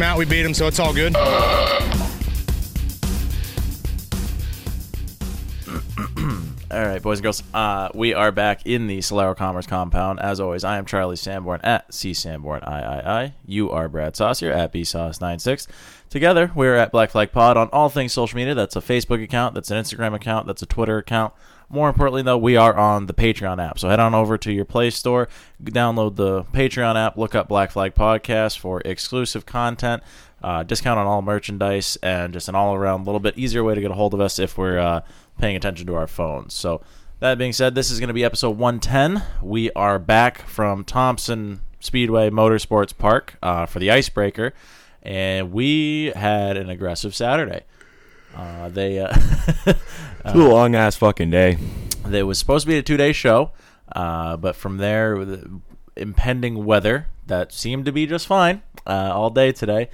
out, we beat him, so it's all good. All right, boys and girls, uh, we are back in the Solaro Commerce compound. As always, I am Charlie Sanborn at C Sanborn III. You are Brad Saucier at B Sauce96. Together, we're at Black Flag Pod on all things social media. That's a Facebook account, that's an Instagram account, that's a Twitter account. More importantly, though, we are on the Patreon app. So head on over to your Play Store, download the Patreon app, look up Black Flag Podcast for exclusive content, uh, discount on all merchandise, and just an all around little bit easier way to get a hold of us if we're uh, paying attention to our phones. So that being said, this is going to be episode 110. We are back from Thompson Speedway Motorsports Park uh, for the Icebreaker, and we had an aggressive Saturday. Uh, they. Uh, Too long ass fucking day. It was supposed to be a two day show, uh, but from there, with the impending weather that seemed to be just fine uh, all day today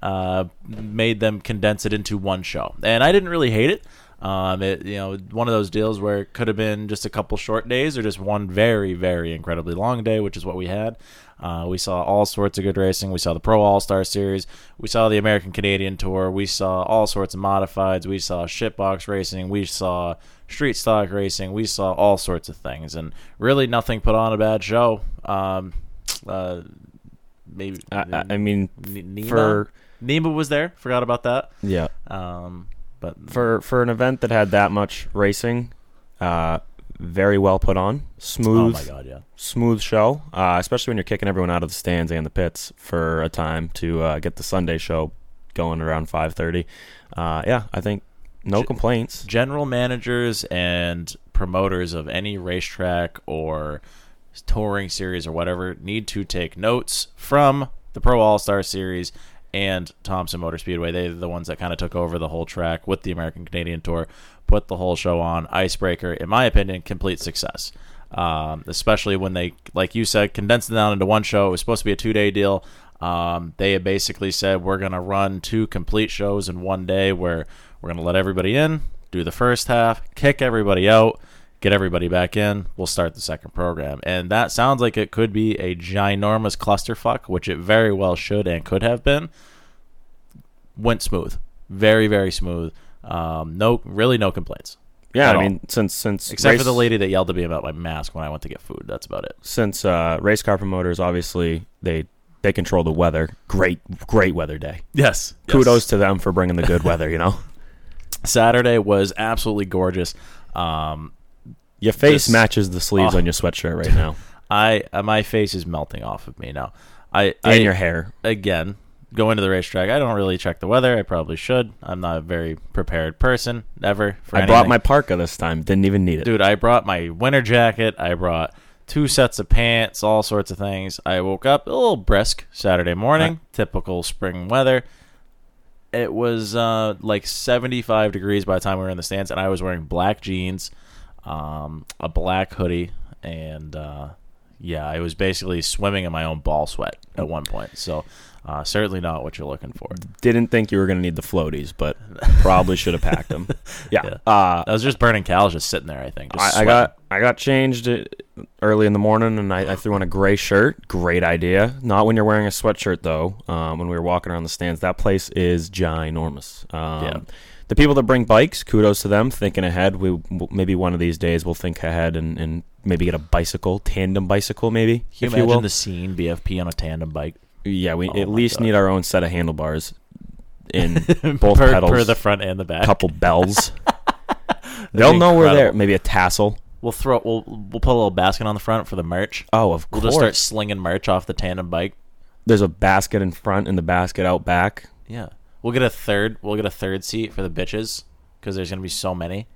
uh, made them condense it into one show. And I didn't really hate it. Um, it you know one of those deals where it could have been just a couple short days or just one very very incredibly long day, which is what we had. Uh, we saw all sorts of good racing. We saw the Pro All Star Series. We saw the American Canadian Tour. We saw all sorts of modifieds. We saw shitbox racing. We saw street stock racing. We saw all sorts of things, and really nothing put on a bad show. Um, uh, maybe I, I mean, N- Nima? for Nima was there. Forgot about that. yeah, Um, but for for an event that had that much racing, uh, very well put on, oh smooth, my god, yeah. smooth show, uh, especially when you're kicking everyone out of the stands and the pits for a time to uh, get the Sunday show going around 5:30. Uh, yeah, I think no complaints. general managers and promoters of any racetrack or touring series or whatever need to take notes from the Pro All Star Series and Thompson Motor Speedway. They're the ones that kind of took over the whole track with the American Canadian Tour, put the whole show on. Icebreaker, in my opinion, complete success. Um, especially when they, like you said, condensed it down into one show. It was supposed to be a two day deal. Um, they had basically said we're going to run two complete shows in one day where we're going to let everybody in, do the first half, kick everybody out, get everybody back in. We'll start the second program. And that sounds like it could be a ginormous clusterfuck, which it very well should and could have been. Went smooth. Very, very smooth. Um, no, really no complaints. Yeah, I at all. mean, since since Except race- for the lady that yelled at me about my mask when I went to get food. That's about it. since uh, race car promoters obviously they they control the weather. Great great weather day. Yes. Kudos to them for bringing the good weather. You know, Saturday was absolutely gorgeous. Um, your face This- matches the sleeves Oh. on your sweatshirt right now, I uh, my face is melting off of me now. I I, and your hair. again going to the racetrack. I don't really check the weather. I probably should. I'm not a very prepared person ever. For I brought anything. my parka this time. Didn't even need it. dude. I brought my winter jacket. I brought two sets of pants. All sorts of things. I woke up a little brisk Saturday morning. Typical spring weather. It was uh, like 75 degrees by the time we were in the stands, and I was wearing black jeans, um, a black hoodie, and uh, yeah, I was basically swimming in my own ball sweat at one point. So. Uh, certainly not what you're looking for. Didn't think you were gonna need the floaties, but probably should have packed them. yeah. Uh, I was just burning cows, just sitting there. I think. Just I, I sweating. got I got changed uh, early in the morning, and I, I threw on a gray shirt. Great idea. Not when you're wearing a sweatshirt though. Um, when we were walking around the stands, that place is ginormous. Um, Yeah. the people that bring bikes, kudos to them thinking ahead. We w- maybe one of these days we'll think ahead and, and maybe get a bicycle, tandem bicycle, maybe Can if you you will. imagine the scene BFP on a tandem bike? yeah, we Oh at my least God. need our own set of handlebars in both per, pedals, per the front and the back. couple bells. They'll know we're there. incredible. Maybe a tassel. We'll throw we'll we'll put a little basket on the front for the merch. Oh, of we'll course. just start slinging merch off the tandem bike. There's a basket in front and the basket out back. Yeah, we'll get a third. We'll get a third seat for the bitches because there's gonna be so many.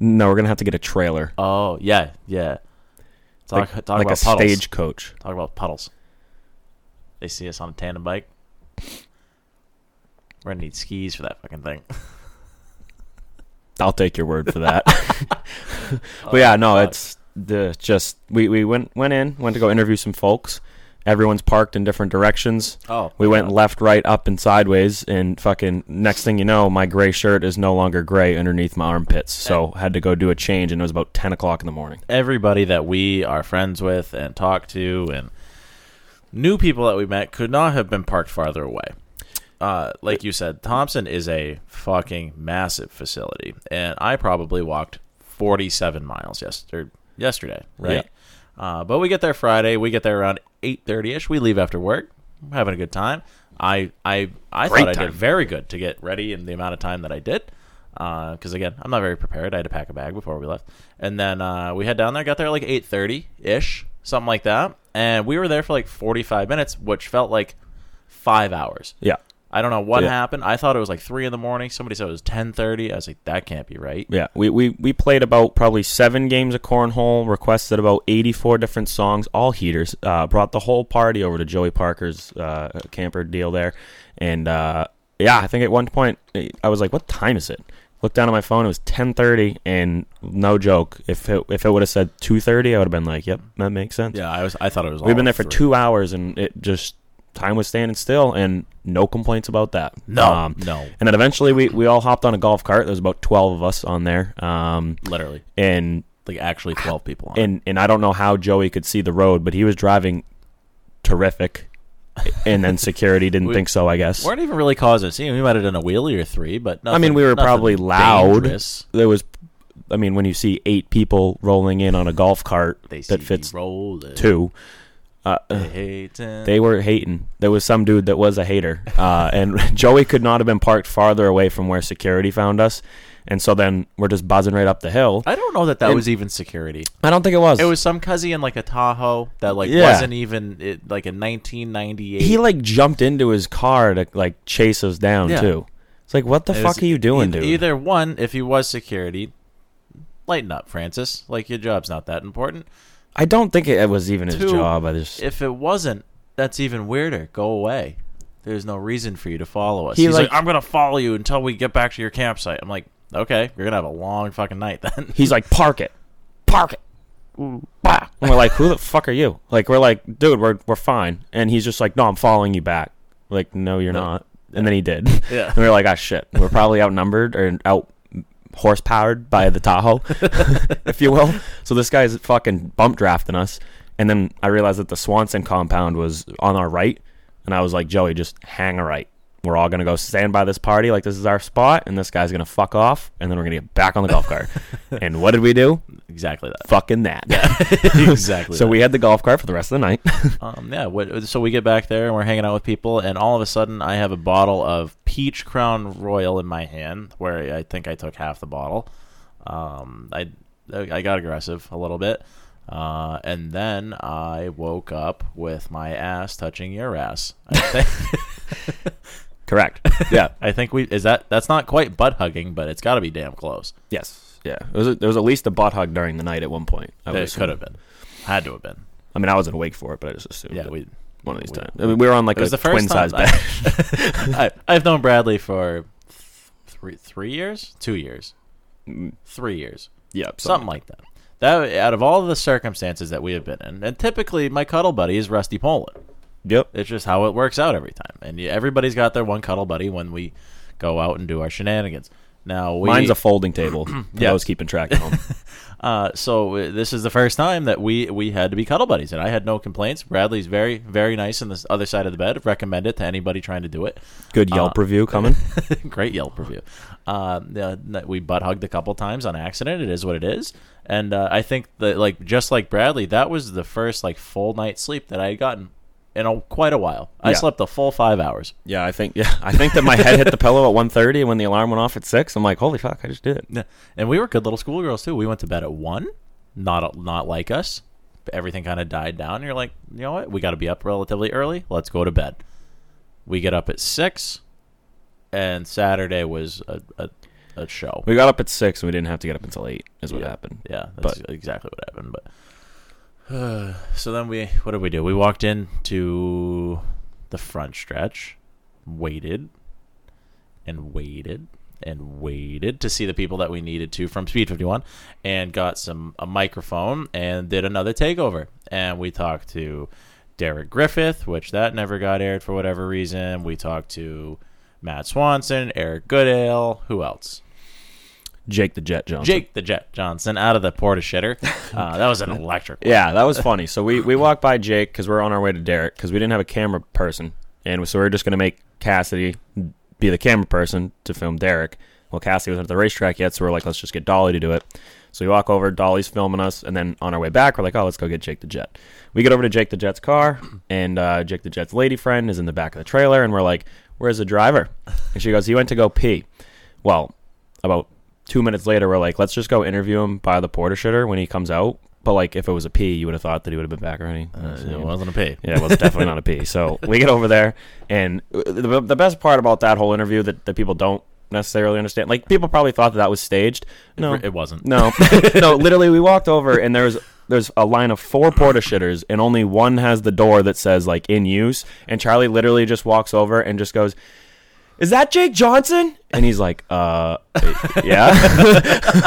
No, we're gonna have to get a trailer, Oh yeah, yeah. Talk like, talk like about a puddles. stagecoach. Talk about puddles. They see us on a tandem bike. We're gonna need skis for that fucking thing. I'll take your word for that. but yeah, no, Oh, it's the just we, we went went in, went to go interview some folks. Everyone's parked in different directions. Oh, we went yeah. left, right, up, and sideways, and fucking next thing you know, my gray shirt is no longer gray underneath my armpits. So Eh. had to go do a change, and it was about ten o'clock in the morning. everybody that we are friends with and talk to and new people that we met could not have been parked farther away. Uh, like you said, Thompson is a fucking massive facility, and I probably walked 47 miles yesterday. Yesterday, right? Uh, but we get there Friday. We get there around 8:30 ish. We leave after work. We're having a good time. I I I thought I did very good to get ready in the amount of time that I did. Because again, I'm not very prepared. I had to pack a bag before we left, and then uh, we head down there. Got there like 8:30 ish, something like that. And we were there for like 45 minutes, which felt like five hours. Yeah, I don't know what Yeah. happened. I thought it was like three in the morning. Somebody said it was 10:30. I was like, that can't be right. yeah. We, we we played about probably seven games of cornhole. Requested about eighty four different songs, all heaters. Uh, brought the whole party over to Joey Parker's uh, camper deal there, and uh, yeah, I think at one point eh, I was like, "What time is it?" Looked down at my phone. It was ten thirty, and no joke. If it if it would have said two thirty, I would have been like, "Yep, that makes sense." Yeah, I was. I thought it was. We've all been there for three. two hours, and it just time was standing still, and no complaints about that. Um, No, no. And then eventually, we we all hopped on a golf cart. There was about twelve of us on there, um, Literally, and like actually 12 people. On it. and and I don't know how Joey could see the road, but he was driving terrific. And then security didn't We- think so, I guess. weren't even really causing a scene. We might have done a wheelie or three, but I mean, nothing- we were nothing probably loud. dangerous. There was, I mean, when you see eight people rolling in on a golf cart They that fits rolling. two, Hating. they were hating. There was some dude that was a hater, uh, and Joey could not have been parked farther away from where security found us. And so then we're just buzzing right up the hill. I don't know that that was even security. I don't think it was. It was some cuzzy in like a Tahoe that like Yeah. wasn't even it, like a 1998. he like jumped into his car to like chase us down Yeah. too. It's like what the It fuck was are you doing, e- dude? Either one, if he was security, lighten up, Francis. Like your job's not that important. I don't think it was even his Two, job. I just If it wasn't, that's even weirder. Go away. There's no reason for you to follow us. He, He's like, like- I'm gonna follow you until we get back to your campsite. I'm like, okay, you're gonna have a long fucking night then. he's like park it, park it. Bah. And we're like, who the fuck are you? Like we're like, dude, we're we're fine. And he's just like, no, I'm following you back. We're like, no, you're not. And then he did. Yeah. And we were like, ah, shit. We're probably outnumbered or out horse powered by the Tahoe, if you will. So this guy's fucking bump drafting us. And then I realized that the Swanson compound was on our right. And I was like, Joey, just hang a right. We're all going to go stand by this party like this is our spot. And this guy's going to fuck off. And then we're going to get back on the golf cart. and what did we do? exactly that. Fucking that. exactly. so that. we had the golf cart for the rest of the night. um, yeah. What, so we get back there and we're hanging out with people, and all of a sudden I have a bottle of Peach Crown Royal in my hand, where I think I took half the bottle. Um, I I got aggressive a little bit, uh, and then I woke up with my ass touching your ass. I think, Correct. Yeah. I think we is that that's not quite butt hugging, but it's got to be damn close. Yes. Yeah. It was there was at least a butt hug during the night at one point. I would It assume. could have been, had to have been. I mean, I wasn't awake for it, but I just assumed. Yeah, it. we. one of these we- times. I mean, we were on like It was a the twin first time size I- bed. I, I've known Bradley for th- three three years, two years, Mm. three years, yeah, something like that. That out of all the circumstances that we have been in, and typically my cuddle buddy is Rusty Poland. Yep. It's just how it works out every time, and you- everybody's got their one cuddle buddy when we go out and do our shenanigans. Now we, Mine's a folding table. for Yes. those keeping track at home. Uh, so uh, this is the first time that we we had to be cuddle buddies, and I had no complaints. Bradley's very very nice on this other side of the bed. Recommend it to anybody trying to do it. Good Yelp review coming. Great Yelp review. Uh, the- that we butt hugged a couple times on accident. It is what it is, and uh, I think that like just like Bradley, that was the first like full night's sleep that I had gotten in a, quite a while. I Yeah. slept a full five hours. Yeah, I think yeah, I think that my head hit the pillow at 1.30 and when the alarm went off at 6, I'm like, "Holy fuck, I just did it." Yeah. And we were good little schoolgirls too. We went to bed at one, not not like us. Everything kind of died down. you're like, you know what? We got to be up relatively early. Let's go to bed. We get up at six, and Saturday was a, a, a show. We got up at 6 and we didn't have to get up until 8 is what Yeah. happened. Yeah, that's exactly what happened. But so then we, what did we do? We walked into the front stretch, waited, and waited and waited to see the people that we needed to from Speed Fifty One, and got some a microphone and did another takeover, and we talked to Derek Griffith, which that never got aired for whatever reason. We talked to Matt Swanson, Eric Goodale, who else? Jake the Jet Johnson. Jake the Jet Johnson out of the Porta Shitter. Uh, that was an electric. Yeah, that was funny. So we, we walked by Jake because we are on our way to Derek because we didn't have a camera person, and so we were just gonna make Cassidy be the camera person to film Derek. Well, Cassidy wasn't at the racetrack yet, so we are like, let's just get Dolly to do it. So we walk over, Dolly's filming us, and then on our way back, we're like, oh, let's go get Jake the Jet. We get over to Jake the Jet's car, and uh, Jake the Jet's lady friend is in the back of the trailer, and we're like, where's the driver? And she goes, he went to go pee. Well, about two minutes later, we're like, let's just go interview him by the porter shitter when he comes out. But like, if it was a P, you would have thought that he would have been back already. It wasn't a pay. Yeah, it was definitely not a P. So we get over there, and uh, the, the best part about that whole interview that, that people don't necessarily understand, like people probably thought that that was staged. No, it wasn't. No, no. Literally, we walked over, and there's there's a line of four porta shitters, and only one has the door that says like in use. And Charlie literally just walks over and just goes. Is that Jake Johnson? And he's like, uh, yeah.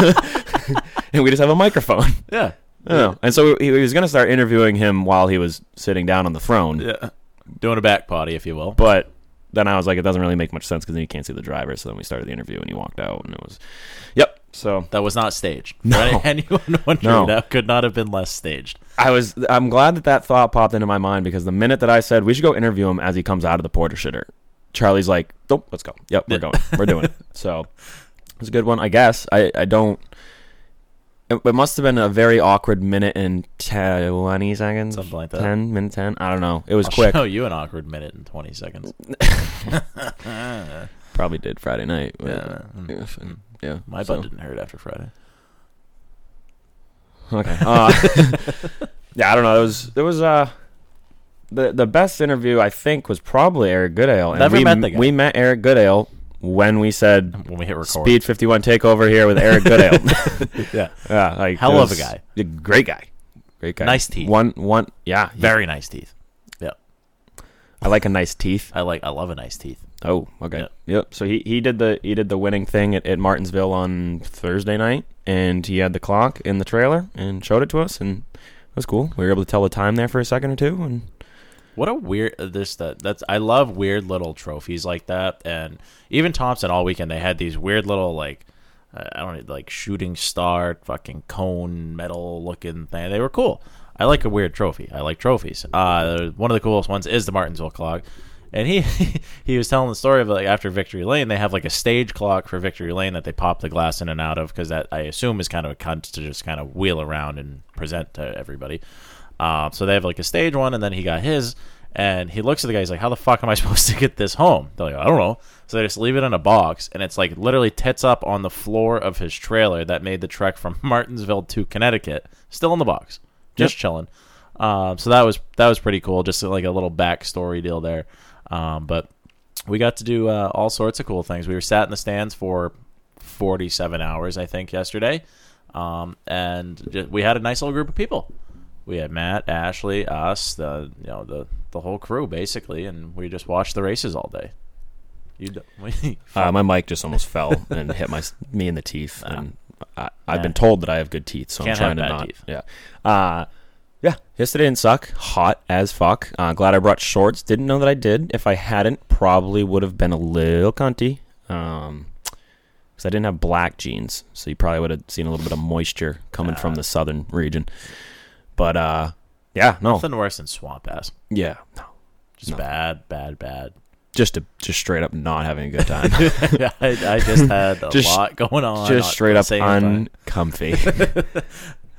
and we just have a microphone. Yeah. Oh, and so he, he was going to start interviewing him while he was sitting down on the throne. Doing a back potty, if you will. But then I was like, it doesn't really make much sense because then you can't see the driver. So then we started the interview and he walked out and it was, yep. So That was not staged. No. Anyone wondering No. that could not have been less staged. I was, I'm glad that that thought popped into my mind because the minute that I said we should go interview him as he comes out of the porter shitter, Charlie's like, nope, let's go. Yep, we're going. We're doing it. So it's a good one, I guess. I, I don't. It, it must have been a very awkward minute and 20 seconds. Something like that. 10, minute 10. I don't know. It was quick. Oh, you an awkward minute and 20 seconds. Probably did Friday night. but- Yeah. Yeah. yeah, hmm. My so- butt didn't hurt after Friday. Okay. Uh, yeah, I don't know. It was it was uh the the best interview I think was probably Eric Goodale. And Never we, met the guy. we met Eric Goodale when we said When we hit record. Speed Fifty One Takeover here with Eric Goodale. Yeah. yeah, like Hell it of a was- guy. a Great guy. Great guy. Nice teeth. One one. Yeah. Very nice teeth. Yeah. I like a nice teeth. I like, I love a nice teeth. Oh, okay. Yep. Yep. So he, he did the he did the winning thing at, at Martinsville on Thursday night, and he had the clock in the trailer and showed it to us, and it was cool. We were able to tell the time there for a second or two, and What a weird uh, this that that's I love weird little trophies like that, and even Thompson all weekend they had these weird little like uh, I don't know, like shooting star fucking cone metal looking thing. They were cool. I like a weird trophy. I like trophies. Uh, one of the coolest ones is the Martinsville clock, and he he was telling the story of like after Victory Lane they have like a stage clock for Victory Lane that they pop the glass in and out of because that I assume is kind of a cunt to just kind of wheel around and present to everybody. Um, so they have like a stage one, and then he got his, and he looks at the guy. He's like, "How the fuck am I supposed to get this home?" They're like, "I don't know." So they just leave it in a box, and it's like literally tits up on the floor of his trailer that made the trek from Martinsville to Connecticut, still in the box, just chilling. Um, so that was that was pretty cool, just like a little backstory deal there. Um, but we got to do uh, all sorts of cool things. We were sat in the stands for 47 hours, I think, yesterday, um, and ju- we had a nice little group of people. We had Matt, Ashley, us, the you know the the whole crew basically, and we just watched the races all day. You d- we- uh, my mic just almost fell and hit my s- me in the teeth, and I, I've been told that I have good teeth, so Ah. Can't I'm trying have to bad not. teeth. Yeah. Uh, yeah, yesterday didn't suck. Hot as fuck. Uh, glad I brought shorts. Didn't know that I did. If I hadn't, probably would have been a little cunty. Um, because I didn't have black jeans, so you probably would have seen a little bit of moisture coming Ah. from the southern region. But uh, yeah, no, Nothing worse than swamp ass. yeah, no, Just bad, bad, bad. just to just straight up not having a good time, I, I just had a Just- lot going on. just at straight the up same time. uncomfy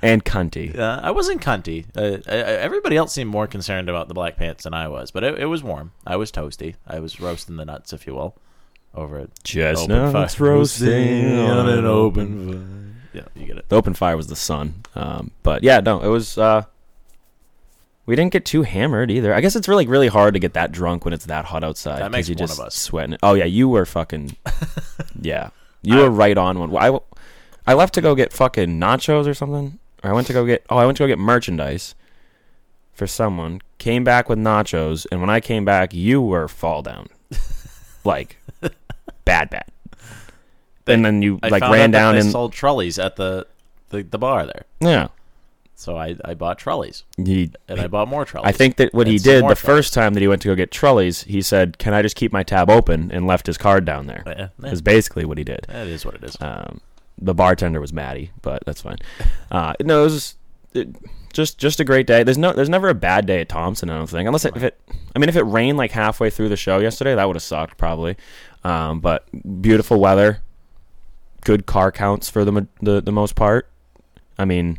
and cunty. Uh, I wasn't cunty. Uh, I, I- everybody else seemed more concerned about the black pants than I was, but it, it was warm. I was toasty. I was roasting the nuts, if you will, over it. Chestnuts roasting on an open fire. Yeah, you get it. The open fire was the sun, um, but yeah, no, it was. Uh, we didn't get too hammered either. I guess it's really really hard to get that drunk when it's that hot outside. That 'cause makes you one just of us. sweating. Oh yeah, you were fucking. yeah, you were right on one. I, I left to go get fucking nachos or something. Or I went to go get. Oh, I went to go get merchandise for someone. Came back with nachos, and when I came back, you were fall down, like bad bad. And then you I like found ran out that down they and sold trolleys at the, the the bar there. yeah. So I, I bought trolleys He and I bought more trolleys. I think that what and he some did more the first time that he went to go get trolleys, he said, "Can I just keep my tab open?" and left his card down there. Oh, Yeah, yeah. Is basically what he did. That is what it is. Um, the bartender was Maddie, but that's fine. Uh, no, it was it, just just a great day. There's no there's never a bad day at Thompson. I don't think unless it, if it I mean if it rained like halfway through the show yesterday, that would have sucked probably. Um, but beautiful weather, good car counts for the mo- the the most part. I mean,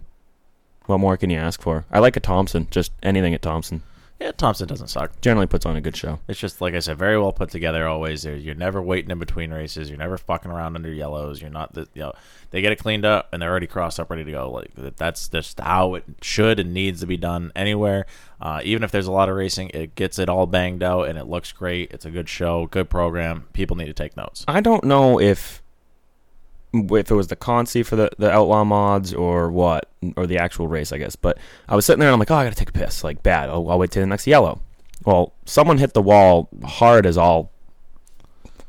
what more can you ask for? I like a Thompson. Just anything at Thompson yeah, Thompson doesn't suck. generally puts on a good show. It's just like I said, very well put together. Always, There- you're never waiting in between races. You're never fucking around under yellows. You're not, the, you know, they get it cleaned up and they're already crossed up, ready to go. Like that- that's just how it should and needs to be done anywhere. Uh, even if there's a lot of racing, it gets it all banged out and it looks great. It's a good show, good program. People need to take notes. I don't know if if it was the consi for the, the outlaw mods or what or the actual race, I guess. But I was sitting there and I'm like, oh, I gotta take a piss, like bad. Oh, I'll wait till the next yellow. Well, someone hit the wall hard as all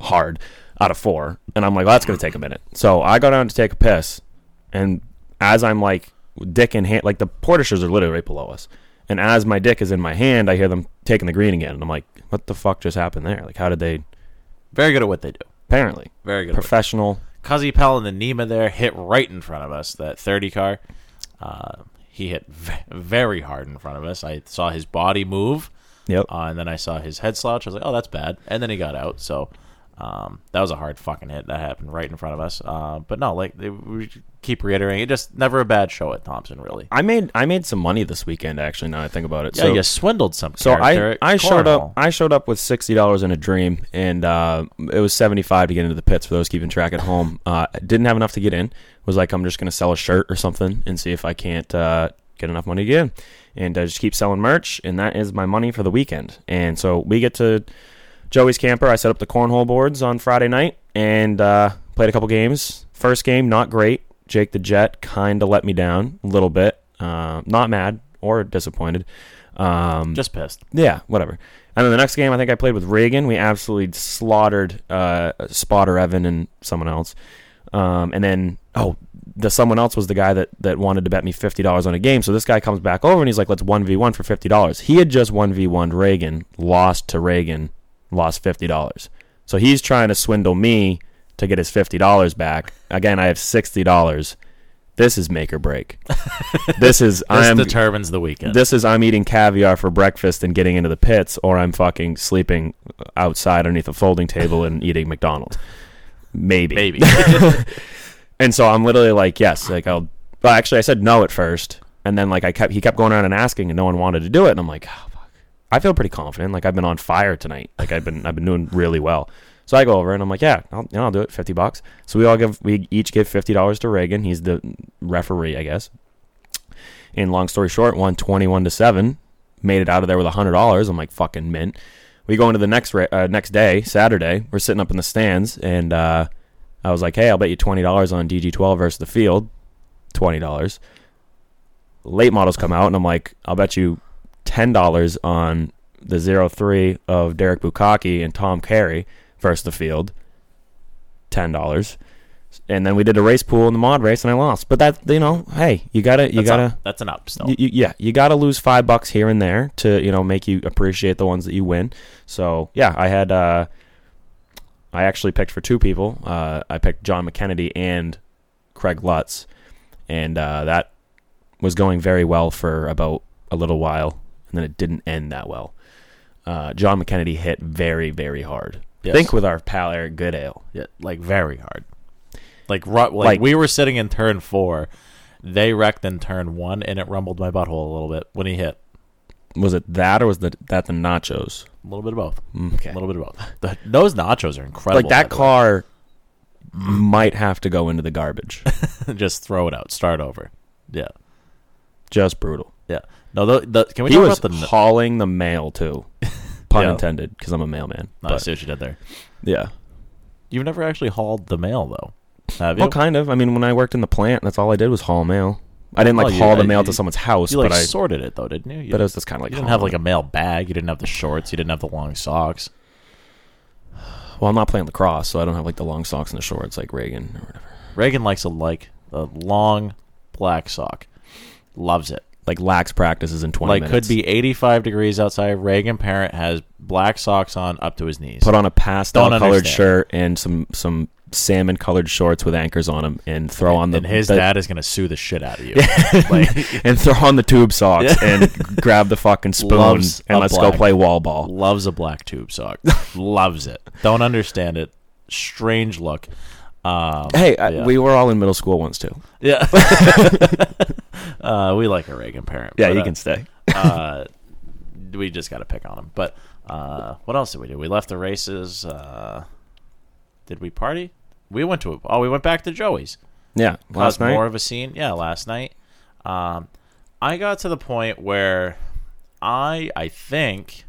hard out of four, and I'm like, well, that's gonna take a minute. So I go down to take a piss, and as I'm like dick in hand, like the portishers are literally right below us, and as my dick is in my hand, I hear them taking the green again, and I'm like, what the fuck just happened there? Like, how did they? Very good at what they do. Apparently, Very good. at what they do. professional. Cuzzy Pell and the Nima there hit right in front of us. That 30 car, uh, he hit v- very hard in front of us. I saw his body move, Yep. uh, and then I saw his head slouch. I was like, "Oh, that's bad." And then he got out. So um, that was a hard fucking hit that happened right in front of us. Uh, but no, like they, we keep reiterating, it just never a bad show at Thompson, really. I made I made some money this weekend actually. Now that I think about it. Yeah, so you swindled some. so I character at I showed up Cornhole. I showed up with sixty dollars in a dream, and uh, it was seventy five to get into the pits for those keeping track at home. Uh, didn't have enough to get in. Was like I'm just gonna sell a shirt or something and see if I can't uh, get enough money to get in. And I just keep selling merch, and that is my money for the weekend. And so we get to Joey's camper. I set up the cornhole boards on Friday night and uh, played a couple games. First game, not great. Jake the Jet kind of let me down a little bit. Uh, not mad or disappointed. Um, just pissed. yeah, whatever. And then the next game, I think I played with Reagan. We absolutely slaughtered uh, Spotter Evan and someone else. Um, and then, oh, the someone else was the guy that, that wanted to bet me fifty dollars on a game. So this guy comes back over and he's like, "Let's one v one for fifty dollars." He had just one v one Reagan, lost to Reagan, lost fifty dollars. So he's trying to swindle me to get his fifty dollars back. Again, I have sixty dollars. This is make or break. this is This I am determines the weekend. this is I'm eating caviar for breakfast and getting into the pits, or I'm fucking sleeping outside underneath a folding table and eating McDonald's. Maybe. Maybe. And so I'm literally like, yes, like I'll. Well, actually, I said no at first, and then like I kept he kept going around and asking, and no one wanted to do it, and I'm like, oh, fuck. I feel pretty confident. Like I've been on fire tonight. Like I've been I've been doing really well. So I go over and I'm like, yeah, I'll, you know, I'll do it. Fifty bucks. So we all give we each give fifty dollars to Reagan. He's the referee, I guess. And long story short, won twenty-one to seven. Made it out of there with hundred dollars. I'm like fucking mint. We go into the next ra- uh, next day, Saturday. We're sitting up in the stands, and uh, I was like, hey, I'll bet you twenty dollars on DG12 versus the field. Twenty dollars. Late models come out, and I'm like, I'll bet you ten dollars on the zero three of Derek Bukaki and Tom Carey versus the field. Ten dollars. And then we did a race pool in the mod race, and I lost. But that, you know, hey, you gotta, you That's gotta, up. That's an up still. you, you- yeah, you got to lose five bucks here and there to you know make you appreciate the ones that you win. So yeah, I had uh, I actually picked for two people. Uh, I picked John McKennedy and Craig Lutz, and uh, that was going very well for about a little while, and then it didn't end that well. Uh, John McKennedy hit very, very hard. Yes. I think with our pal Eric Goodale. Yeah, like very hard. Like, ru- like Like- we were sitting in turn four, they wrecked in turn one, and it rumbled my butthole a little bit when he hit. Was it that or was the, that the nachos? A little bit of both. Okay. A little bit of both. The, those nachos are incredible. Like that by the way. car might have to go into the garbage. Just throw it out. Start over. Yeah. Just brutal. Yeah. No, the, the, can we He talk was about the. hauling the mail too. Pun Yeah. intended, because I'm a mailman. No, I But, see what you did there. yeah. You've never actually hauled the mail, though. Have you? Well, kind of. I mean, when I worked in the plant, that's all I did was haul mail. I didn't like Well, Oh, you- haul the I- mail you- to someone's house, You like but I. sorted it though, didn't you? You- but it was just kind of like you didn't have hauling. like a mail bag. You didn't have the shorts. You didn't have the long socks. Well, I'm not playing lacrosse, so I don't have like the long socks and the shorts like Reagan or whatever. Reagan likes a like a long black sock. Loves it. Like lax practices in 20 Like minutes. could be 85 degrees outside. Reagan parent has black socks on up to his knees. put on a pastel Don't colored understand. shirt and some some salmon colored shorts with anchors on them, and throw on the and his the- dad is gonna sue the shit out of you. like and throw on the tube socks and grab the fucking spoons Loves and a let's black. go play wall ball. loves a black tube sock. loves it. Don't understand it. Strange look. Um, Hey, I, Yeah. we were all in middle school once too. yeah. uh, we like a Reagan parent. Yeah, but, you uh, can stay. uh, we just got to pick on him. But uh, what else did we do? We left the races. Uh, did we party? We went to oh, we went back to Joey's. Yeah, last Caused night. more of a scene. Yeah, last night. Um, I got to the point where I I think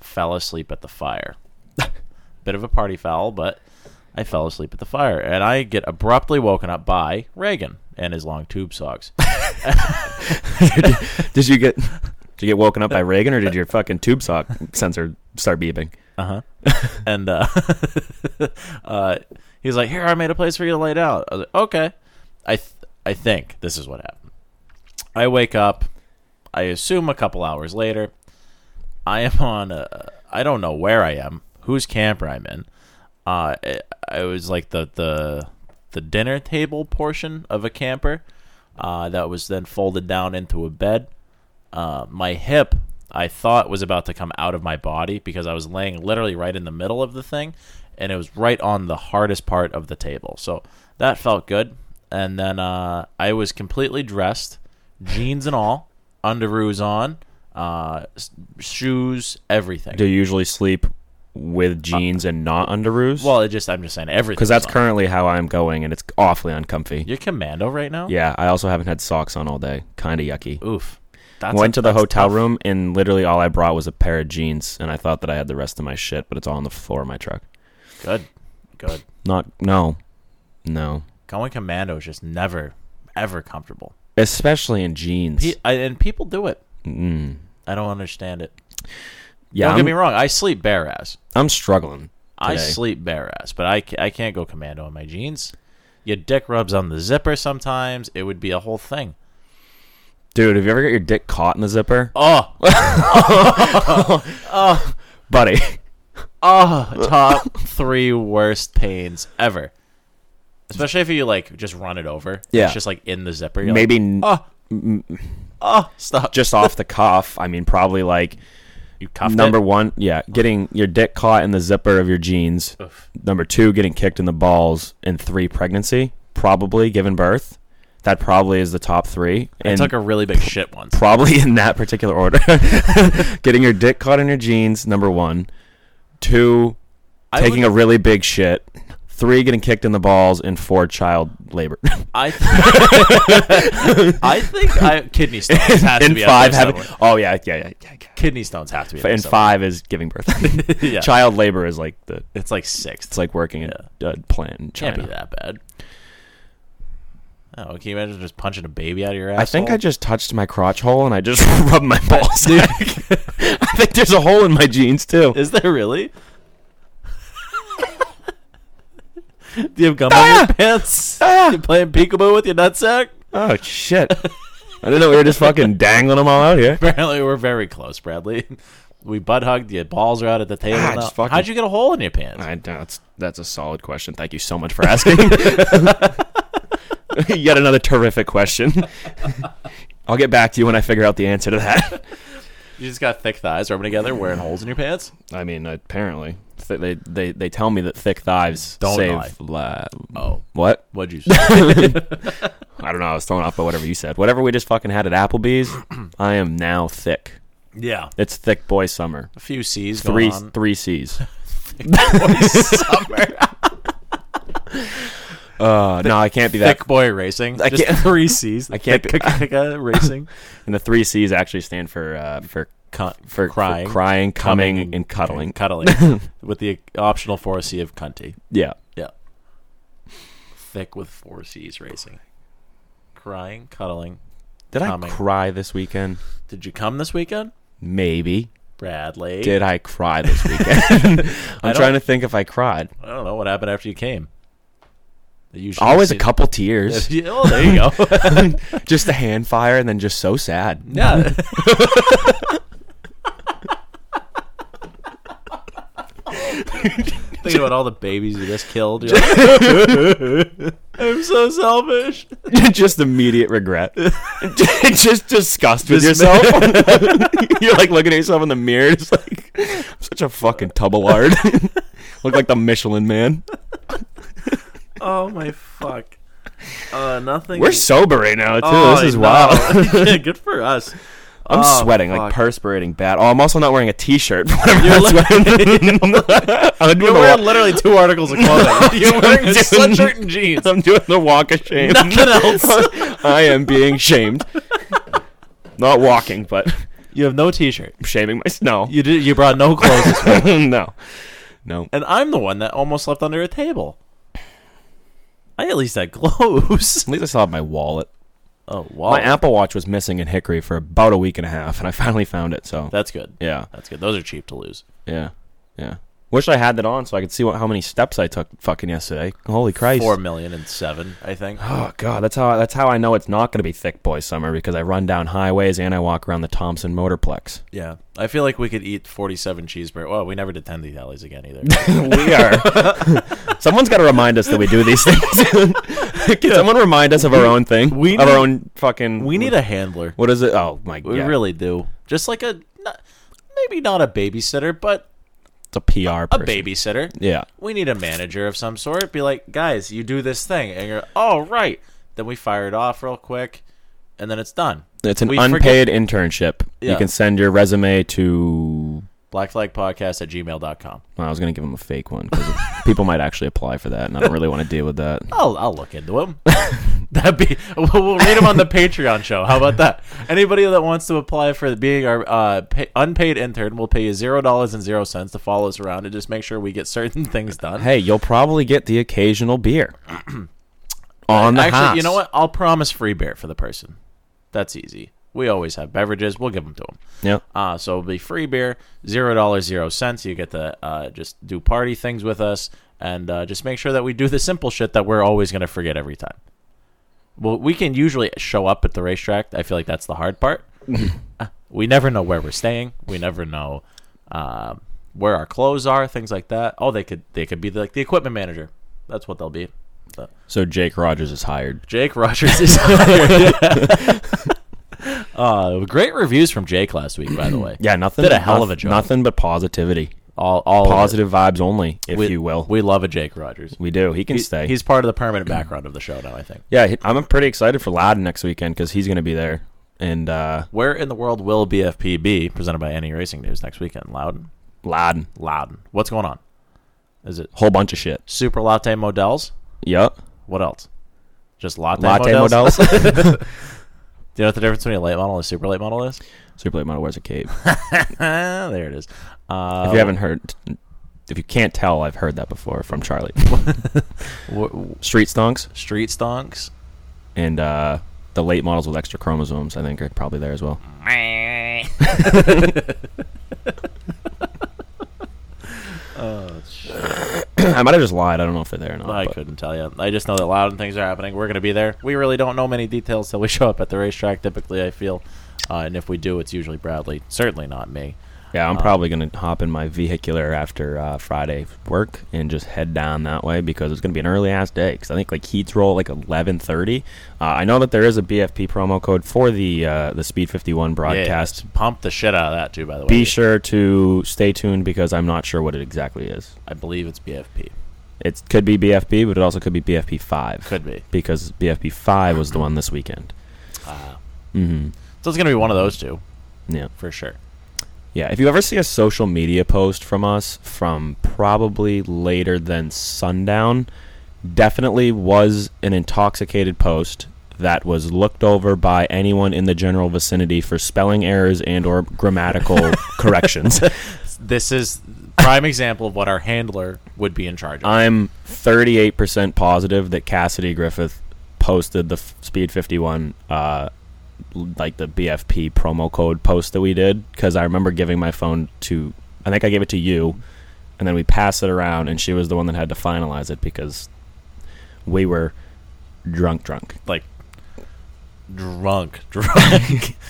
fell asleep at the fire. Bit of a party foul, but I fell asleep at the fire, and I get abruptly woken up by Reagan and his long tube socks. Did you get? Did you get woken up by Reagan, or did your fucking tube sock sensor start beeping? and uh, uh, he was like, "Here, I made a place for you to lay down." I was like, "Okay." I th- I think this is what happened. I wake up. I assume a couple hours later. I am on. A, I don't know where I am. Whose camper I'm in. Uh, I, I was like the the the dinner table portion of a camper. Uh, that was then folded down into a bed uh, my hip I thought was about to come out of my body because I was laying literally right in the middle of the thing and it was right on the hardest part of the table. So that felt good. And then uh, I was completely dressed, jeans and all, underoos on, uh, s- shoes, everything. Do you usually sleep with jeans and not underoos? well, it just I'm just saying everything. because that's currently how I'm going, and it's awfully uncomfy. You're commando right now. Yeah, I also haven't had socks on all day. Kind of yucky. Oof. That's Went a- to the that's hotel tough. room and literally all I brought was a pair of jeans, and I thought that I had the rest of my shit, but it's all on the floor of my truck. Good. Good. Not no, no, Going commando is just never, ever comfortable. especially in jeans. Pe- I, and people do it. I don't understand it. yeah, don't I'm, get me wrong. I sleep bare ass. I'm struggling. I today. sleep bare ass, but I, ca- I can't go commando in my jeans. Your dick rubs on the zipper sometimes. It would be a whole thing. dude. Have you ever got your dick caught in the zipper, Oh, buddy? top three worst pains ever. Especially if you like just run it over. Yeah. It's just like in the zipper. You're Maybe n- like, oh, oh, stop. just off the cuff. I mean, probably like you cuffed number it. one, yeah, getting your dick caught in the zipper of your jeans. Number two, getting kicked in the balls. And three, pregnancy, probably given birth. That probably is the top three. I and took a really big shit once. probably in that particular order. getting your dick caught in your jeans, number one. Two, I taking would- a really big shit. Three, getting kicked in the balls. And four, child labor. I, th- I think I, kidney stones have to and be up five, there having, somewhere. oh, yeah, yeah, yeah. yeah. kidney stones have to be up there And somewhere. five is giving birth. Yeah. Child labor is like the It's like sixth. It's like working in a plant in China. can't be that bad. Oh, can you imagine just punching a baby out of your ass? I think I just touched my crotch hole and I just rubbed my balls. I think there's a hole in my jeans too. Is there really? Do you have gum on Ah! your pants? You playing peekaboo with your nutsack? Oh shit! I didn't know we were just fucking dangling them all out here. Apparently, we're very close, Bradley. we butt hugged. Your balls are out at the table. Ah, now. just fucking- How'd you get a hole in your pants? I, that's that's a solid question. Thank you so much for asking. Yet another terrific question. I'll get back to you when I figure out the answer to that. You just got thick thighs rubbing together, wearing holes in your pants. I mean, apparently Th- they they, they tell me that thick thighs Don't lie. save. Lie. Oh, What? what'd you say? I don't know. I was thrown off by whatever you said. Whatever we just fucking had at Applebee's, I am now thick. yeah, It's thick boy summer. a few C's. Three gone. three C's. Uh, no, I can't be that. Thick boy racing. I Just can't- three C's. I can't Thick- be- thick- thick- racing. And the three C's actually stand for uh, for Cunt, for crying, for crying, coming, and, cuddling. and cuddling, with the optional four C of cunty. Yeah, Yeah. Thick with four C's racing. Crying, cuddling. did Coming. I cry this weekend? Did you come this weekend, Maybe. Bradley? Did I cry this weekend? I'm don't- trying to think if I cried. I don't know what happened after you came. You usually Always a see- couple tears, Yeah, well, there you go. just a hand fire, and then just so sad. yeah. Thinking about all the babies you just killed. You're like, I'm so selfish. just immediate regret. just disgust with yourself. You're like looking at yourself in the mirror, just like I'm such a fucking tubalard. Look like the Michelin man. Oh my fuck. Uh, nothing. We're sober right now too. this is wild. wow. Good for us. I'm Oh, sweating, fuck. like perspirating bad. Oh, I'm also not wearing a t-shirt. You're I'm doing You're the wearing wa- literally two articles of clothing. You're wearing a sweatshirt and jeans. I'm doing the walk of shame. Nothing else. I am being shamed. not walking, but You have no T-shirt. shaming myself. No, You did. You brought no clothes, this week. no, no. and I'm the one that almost slept under a table. I at least had clothes. At least I still have my wallet. Oh wow, My Apple Watch was missing in Hickory for about a week and a half, and I finally found it. So that's good. yeah, that's good. Those are cheap to lose. yeah, yeah. Wish I had that on so I could see what, how many steps I took fucking yesterday. Holy Christ! Four million and seven, I think. Oh god, that's how that's how I know it's not going to be thick boy summer because I run down highways and I walk around the Thompson Motorplex. yeah, I feel like we could eat forty-seven cheeseburger. Well, we never did ten alleys again either. We are. Someone's got to remind us that we do these things. Can someone remind us of our own thing? we of need- our own fucking. we need a handler. What is it? Oh my god, We really do. Just like a not, maybe not a babysitter, but It's a PR. a person. babysitter. Yeah. We need a manager of some sort. Be like, guys, you do this thing, and you're all right. Then we fire it off real quick, and then it's done. It's an We forget- unpaid internship. You Yeah. can send your resume to. blackflagpodcast at gmail.com. Well, I was going to give them a fake one because people might actually apply for that, and I don't really want to deal with that. I'll, I'll look into them. That'd be we'll, we'll read them on the Patreon show. How about that? Anybody that wants to apply for being our uh, pay, unpaid intern, we'll pay you zero dollars and zero cents to follow us around and just make sure we get certain things done. Hey, you'll probably get the occasional beer on the Actually, you house. know what? I'll promise free beer for the person. That's easy. We always have beverages. We'll give them to them. Yeah. Uh, so it'll be free beer, zero dollars, zero cents. You get to uh, just do party things with us, and uh, just make sure that we do the simple shit that we're always gonna forget every time. Well, we can usually show up at the racetrack. I feel like that's the hard part. Uh, we never know where we're staying. We never know um where our clothes are, things like that. Oh, they could they could be like the equipment manager. That's what they'll be. But- So Jake Rogers is hired. Jake Rogers is hired. uh, great reviews from Jake last week, by the way. Yeah, nothing. Did a hell of a noth- job. Nothing but positivity, all, all of it. positive vibes only, if We, you will. We, we love a Jake Rogers. do. He can He- stay. He's part of the permanent background of the show now. I think. yeah. he- I'm pretty excited for Loudon next weekend because he's going to be there. And uh Where in the world will BFP be presented by Any Racing News next weekend? Loudon, Loudon, Loudon. What's going on? Is it whole bunch of shit. Super Latte Models? Yep. What else? Just latte, Latte models. models. Do you know what the difference between a late model and a super late model is? Super late model wears a cape. Ah, there it is. Uh, If you haven't heard, if you can't tell, I've heard that before from Charlie. w- Street stonks street stonks. and uh the late models with extra chromosomes, I think, are probably there as well. I might have just lied. I don't know if they're there or not. I but- couldn't tell you. I just know that Loudon things are happening. We're going to be there. We really don't know many details till we show up at the racetrack. Typically, I feel, uh, and if we do, it's usually Bradley. Certainly not me. Yeah, I'm probably gonna hop in my vehicular after uh, Friday work and just head down that way because it's gonna be an early ass day. Because I think like heats roll at, like 11:30. Uh, I know that there is a BFP promo code for the uh, the Speed 51 broadcast. Yeah, pump the shit out of that too. By the way, Be sure to stay tuned because I'm not sure what it exactly is. I believe it's BFP. It could be BFP, but it also could be BFP five. Could be. because BFP five was the one this weekend. So it's gonna be one of those two Yeah. for sure. Yeah, if you ever see a social media post from us from probably later than sundown, definitely was an intoxicated post that was looked over by anyone in the general vicinity for spelling errors and or grammatical corrections. This is prime example of what our handler would be in charge of. I'm 38% positive that Cassidy Griffith posted the f- Speed 51 uh l- like the BFP promo code post that we did cuz I remember giving my phone to I think I gave it to you and then we passed it around and she was the one that had to finalize it because we were drunk drunk. like drunk, drunk.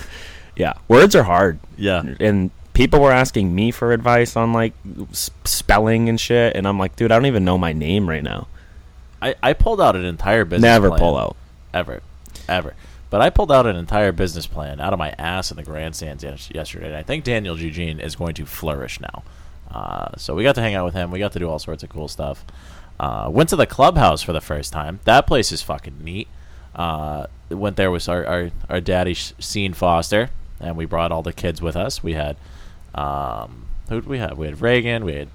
Yeah. Words are hard. yeah, and people were asking me for advice on like s- spelling and shit and I'm like, dude, I don't even know my name right now. I, I pulled out an entire business. Never plan. pull out. ever, ever. But I pulled out an entire business plan out of my ass in the grandstands yes- yesterday, and I think Daniel Eugene is going to flourish now. Uh, so we got to hang out with him. We got to do all sorts of cool stuff. Uh, went to the clubhouse for the first time. That place is fucking neat. Uh, went there with our our, our daddy Scene Foster, and we brought all the kids with us. We had um, who did we have? We had Reagan. We had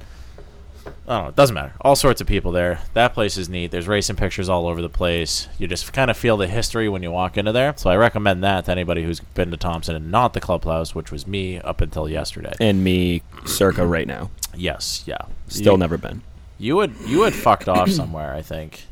I don't know. It doesn't matter. All sorts of people there. That place is neat. There's racing pictures all over the place. You just kind of feel the history when you walk into there. So I recommend that to anybody who's been to Thompson and not the clubhouse, which was me up until yesterday. and me circa right now. yes, yeah. Still you, never been. You had you had fucked off somewhere, I think.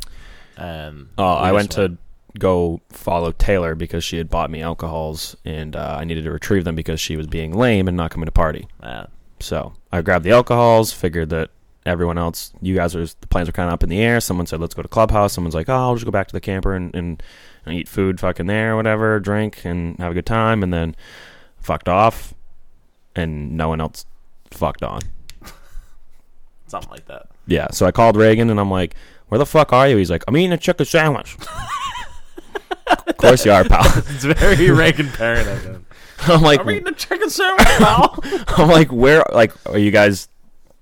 And Oh, we I just went to go follow Taylor because she had bought me alcohols and uh, I needed to retrieve them because she was being lame and not coming to party. Eh, So I grabbed the alcohols, figured that everyone else, you guys were, the plans were kind of up in the air. Someone said, let's go to Clubhouse. Someone's like, oh, I'll just go back to the camper and, and, and eat food fucking there, whatever, drink and have a good time. And then fucked off and no one else fucked on. something like that. Yeah. So I called Reagan and I'm like, where the fuck are you? He's like, I'm eating a chicken sandwich. of course you are, pal. It's very Reagan parent. I think. I'm like, I'm eating a chicken sandwich now. I'm like, where, like, are you guys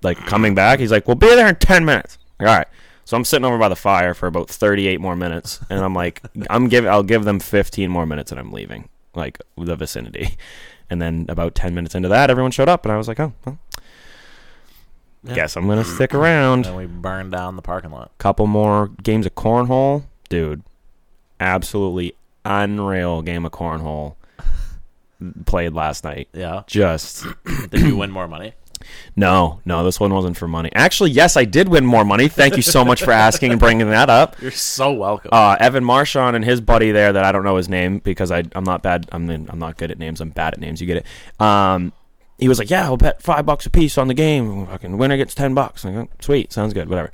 like coming back? He's like, we'll be there in 10 minutes. Like, All right. So I'm sitting over by the fire for about 38 more minutes. And I'm like, I'm give, I'll give them 15 more minutes and I'm leaving like the vicinity. And then about 10 minutes into that, everyone showed up and I was like, oh, well, guess I'm going to stick around. and we burned down the parking lot. couple more games of cornhole, dude. Absolutely unreal game of cornhole played last night. Yeah. Just Did you win more money? no, no, this one wasn't for money. Actually, yes, I did win more money. Thank you so much for asking and bringing that up. You're so welcome. Uh, Evan Marchand and his buddy there that I don't know his name because I I'm not bad I'm I'm not good at names I'm bad at names you get it. Um, he was like, yeah, we'll bet five bucks a piece on the game. Fucking winner gets ten bucks. I'm like, "Oh, sweet, sounds good, whatever.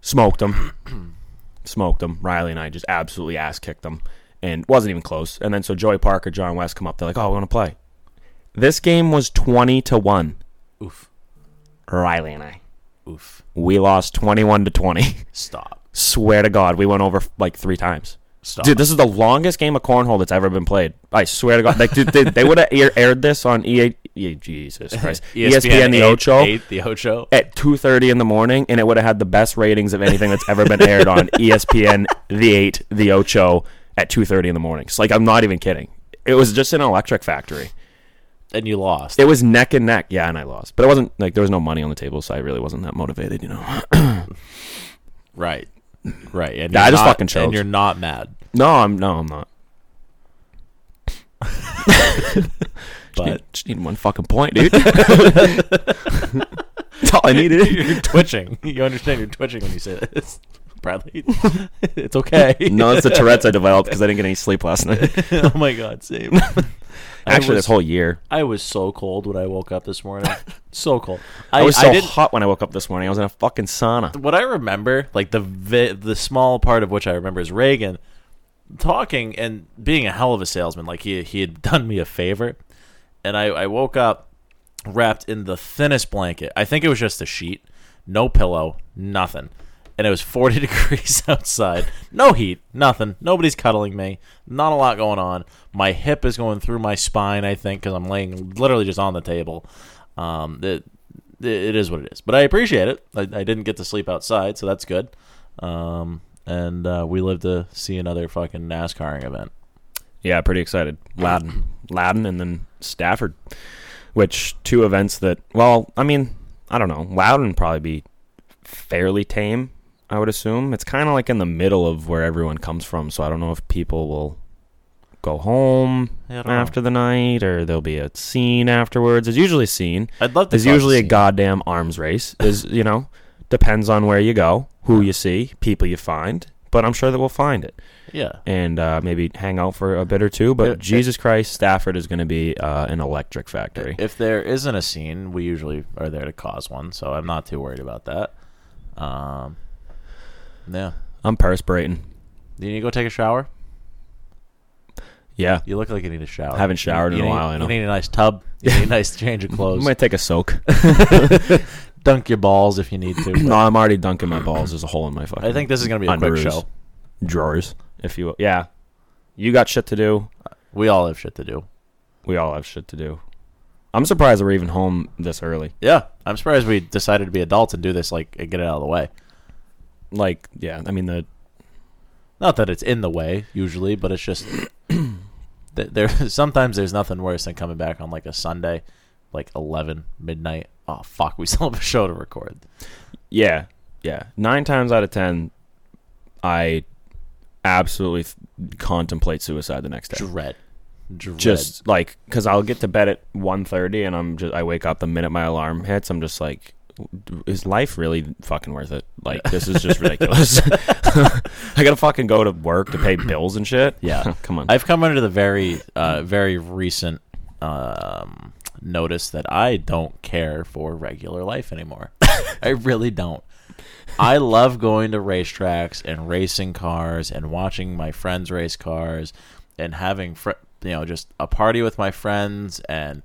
Smoked them, smoked them. Riley and I just absolutely ass kicked them, and wasn't even close. And then so Joey Parker, John West come up. They're like, oh, we want to play. This game was twenty to one. Oof. Riley and I, Oof. we lost twenty one to twenty. Stop. Swear to God, we went over like three times. Stop. Dude, this is the longest game of cornhole that's ever been played. I swear to God, like dude, they, they would have air, aired this on E EA, EA Jesus Christ, E E ESPN, the eight- Ocho eight, the Ocho. at two thirty in the morning, and it would have had the best ratings of anything that's ever been aired on E ESPN, the Eight, the Ocho at two thirty in the morning. So, like, I'm not even kidding. It was just an electric factory. And you lost. It was neck and neck. Yeah, and I lost, but it wasn't like there was no money on the table, so I really wasn't that motivated. You know, right. Right. And Yeah, you're I just not- fucking choked. And you're not mad. no, I'm no, I'm not. Just But need, just need one fucking point, dude. That's all I needed. you're twitching. You understand you're twitching when you say this. Bradley. it's okay. No, it's the Tourette's I developed because I didn't get any sleep last night. oh my god, same. Actually, was- this whole year. I was so cold when I woke up this morning. So cold. I, was so didn't- hot when I woke up this morning. I was in a fucking sauna. what I remember, like the vi- the small part of which I remember is Reagan talking and being a hell of a salesman. Like he he had done me a favor, and I, I woke up wrapped in the thinnest blanket. I think it was just a sheet, no pillow, nothing. And it was 40 degrees outside. No heat, nothing. Nobody's cuddling me. Not a lot going on. My hip is going through my spine, I think, because I'm laying literally just on the table. Um, it, it is what it is. But I appreciate it. I, I didn't get to sleep outside, so that's good. Um, and uh, we live to see another fucking NASCARing event. Yeah, pretty excited. Loudon, Loudon, and then Stafford, which two events that. Well, I mean, I don't know. Loudon probably be fairly tame. I would assume it's kind of like in the middle of where everyone comes from, so I don't know if people will go home Yeah, I don't know. after the night or there'll be a scene afterwards. There's usually a scene. I'd love to There's cause a usually a scene. goddamn arms race. There's you know depends on where you go, who you see, people you find, but I'm sure that we'll find it Yeah. and uh, maybe hang out for a bit or two. But It- Jesus Christ, Stafford is going to be uh, an electric factory. If there isn't a scene, we usually are there to cause one, so I'm not too worried about that. Um, yeah. I'm perspirating. Do you need to go take a shower? Yeah, You look like you need a shower. I haven't showered You in a need- while, I know. You need a nice tub. You need a nice change of I clothes. might take a soak. Dunk your balls if you need to. no, I'm already dunking my balls. There's a hole in my fucking. I think this is gonna be a quick underoos. show. drawers, if you will. Yeah, you got shit to do. We all have shit to do. We all have shit to do. I'm surprised we're even home this early. Yeah, I'm surprised we decided to be adults and do this like and get it out of the way. Like, yeah, I mean the Not that it's in the way usually, but it's just th- there. Sometimes there's nothing worse than coming back on like a Sunday, like eleven midnight. Oh fuck, we still have a show to record. Yeah, yeah. Nine times out of ten, I absolutely th- contemplate suicide the next day. Dread, dread. Just like because I'll get to bed at 1.30 and I'm just I wake up the minute my alarm hits. I'm just like, is life really fucking worth it? Like this is just ridiculous. I gotta fucking go to work to pay bills and shit. Yeah. come on. I've come under the very, uh, very recent um, notice that I don't care for regular life anymore. I really don't. I love going to racetracks and racing cars and watching my friends race cars and having, fr- you know, just a party with my friends and,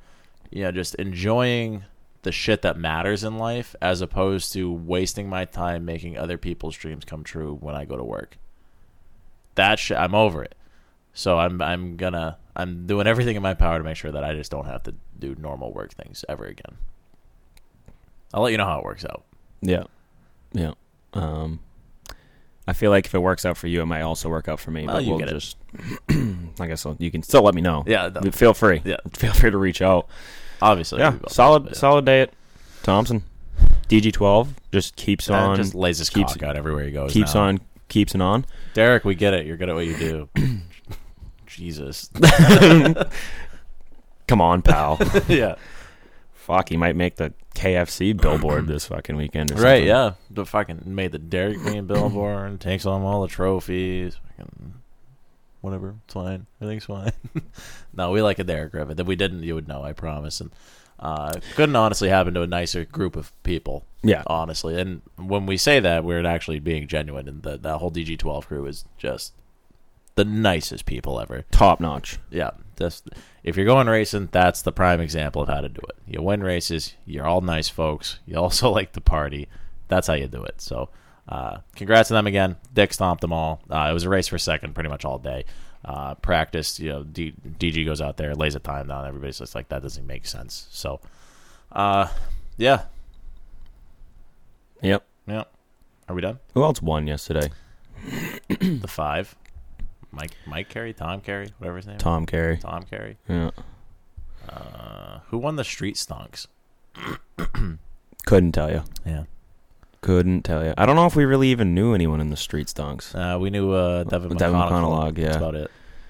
you know, just enjoying the shit that matters in life as opposed to wasting my time making other people's dreams come true when I go to work. That shit, I'm over it. So I'm I'm gonna I'm doing everything in my power to make sure that I just don't have to do normal work things ever again. I'll let you know how it works out. yeah, yeah. Um, I feel like if it works out for you, it might also work out for me. Well, but you we'll get it. just I guess I'll, you can still let me know. Yeah, no. feel free. Yeah. feel free to reach out. Obviously, Yeah, we both- solid, but yeah. solid day at Thompson. DG12 just keeps And on, just lays his keeps- cock out everywhere he goes. keeps now. on, keeps and on. Derek. We get it. You're good at what you do. Jesus. Come on, pal. yeah. Fuck, he might make the KFC billboard this fucking weekend. Or Right. something. Yeah. The fucking made the Dairy Queen billboard. Takes home all the trophies. Fucking whatever. It's fine. Everything's fine. no, we like a Derek Griffin. If we didn't, you would know. I promise. And uh, couldn't honestly happen to a nicer group of people. Yeah. Honestly, and when we say that, we're actually being genuine. And the that whole DG12 crew is just the nicest people ever. top notch. Yeah. Just if you're going racing, that's the prime example of how to do it. You win races, you're all nice folks. You also like to party. That's how you do it. So, uh, congrats to them again. Dick stomped them all. Uh, it was a race for second pretty much all day. Uh, practice, you know, D- DG goes out there, lays a time down. Everybody's just like, that doesn't make sense. So, uh, yeah. Yep. Yeah. Are we done? Who else won yesterday? The five. Mike, Mike Carey, Tom Carey, whatever his name. is. Tom Carey. Tom Carey. Yeah. Uh, who won the street stonks? Couldn't tell you. Yeah. Couldn't tell you. I don't know if we really even knew anyone in the street stonks. Uh, we knew uh, Devin, Devin McConnell. McConnell, That's yeah. about it.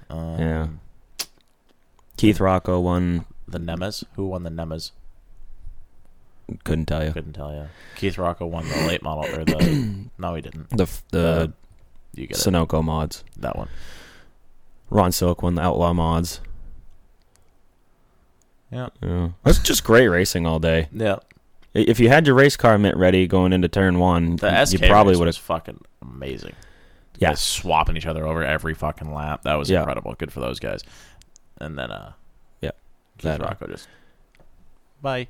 Um, yeah. Keith Rocco won. The Nemes. Who won the Nemes? Couldn't tell you. Couldn't tell you. Keith Rocco won the late model or the. no, he didn't. Uh, The f- the You get it. Sunoco mods. That one. Ron Silk won the Outlaw mods. Yeah. Yeah. That's just great racing all day. Yeah. I- If you had your race car mitt ready going into turn one, y- The SK you probably race would was have. fucking amazing. Yeah. Guys Swapping each other over every fucking lap. That was Yeah. incredible. Good for those guys. And then uh, Yeah. Keith That, uh, Rocco just. Bye.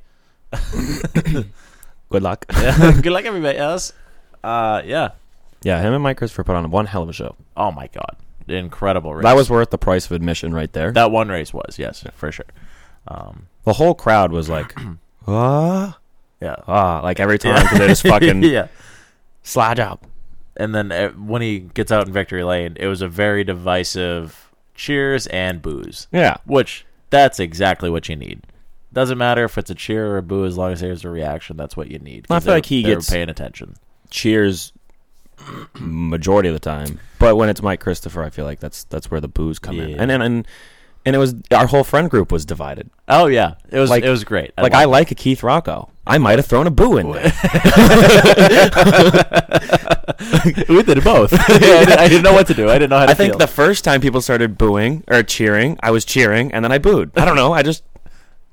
Good luck. Good luck, everybody else. Uh, yeah. yeah, him and Mike Christopher put on one hell of a show. Oh my god, incredible race. That was worth the price of admission right there. that one race was yes for sure. Um, the whole crowd was like, ah, Yeah. ah, like every time 'cause they just fucking yeah. slide up. And then uh, when he gets out in victory lane, it was a very divisive cheers and boos. Yeah. Which that's exactly what you need. Doesn't matter if it's a cheer or a boo, as long as there's a reaction, that's what you need. 'cause I feel like they're- he they're gets- paying attention. Cheers, majority of the time. But when it's Mike Christopher, I feel like that's that's where the booze come in. Yeah. And and and and it was our whole friend group was divided. Oh yeah, it was Like- it was great. like I like a Keith Rocco. I might have thrown a boo in there. we did both. yeah, I, didn't, I didn't know what to do. I didn't know how to. I think feel. the first time people started booing or cheering, I was cheering, and then I booed. I don't know. I just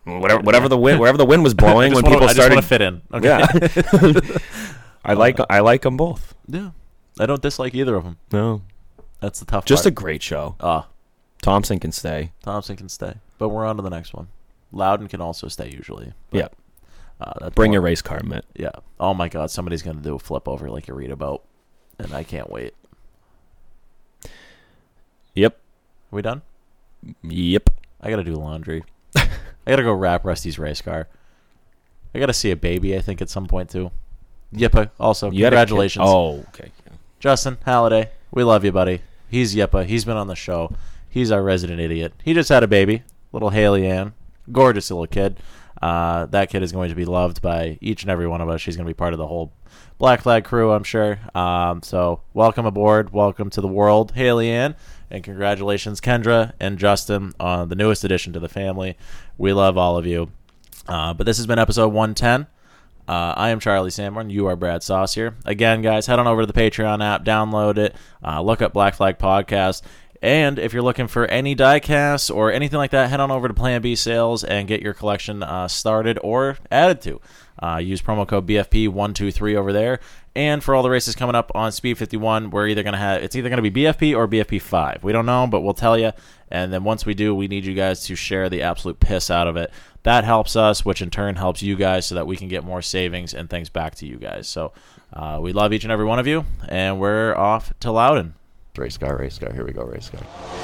whatever whatever the wind wherever the wind was blowing I when just wanna- people I just started. wanna fit in. Okay. Yeah, I like I like them both. Yeah. I don't dislike either of them. No, That's the tough just a part. great show. Ah, Thompson can stay. Thompson can stay, but we're on to the next one. Loudon can also stay usually. But, Yeah, uh, that's bring one- your race car, Mitt. Yeah. Oh my God, somebody's gonna do a flip over like you read about, and I can't wait. Yep, we done? yep. I gotta do laundry. I gotta go wrap Rusty's race car. I gotta see a baby. I think at some point too. Yippa, also You had a kid- congratulations, Oh, okay. Justin Halliday. We love you, buddy. He's Yippa. He's been on the show. He's our resident idiot. He just had a baby, little Haley Ann, gorgeous little kid. Uh, that kid is going to be loved by each and every one of us. She's going to be part of the whole Black Flag crew, I'm sure. Um, so welcome aboard, welcome to the world, Haley Ann, and congratulations, Kendra and Justin, on the newest addition to the family. We love all of you. Uh, but this has been episode 110. Uh, I am Charlie Sanborn. You are Brad Sauce here. Again, guys, head on over to the Patreon app, download it, uh, look up Black Flag Podcast. And if you're looking for any diecasts or anything like that, head on over to Plan B Sales and get your collection uh, started or added to. Uh, use promo code BFP123 over there. And for all the races coming up on Speed 51, we're either going to have it's either going to be BFP or BFP5. We don't know, but we'll tell you. And then once we do, we need you guys to share the absolute piss out of it. That helps us, which in turn helps you guys so that we can get more savings and things back to you guys. So uh, we love each and every one of you, and we're off to Loudon. Race car, race car. Here we go, race car.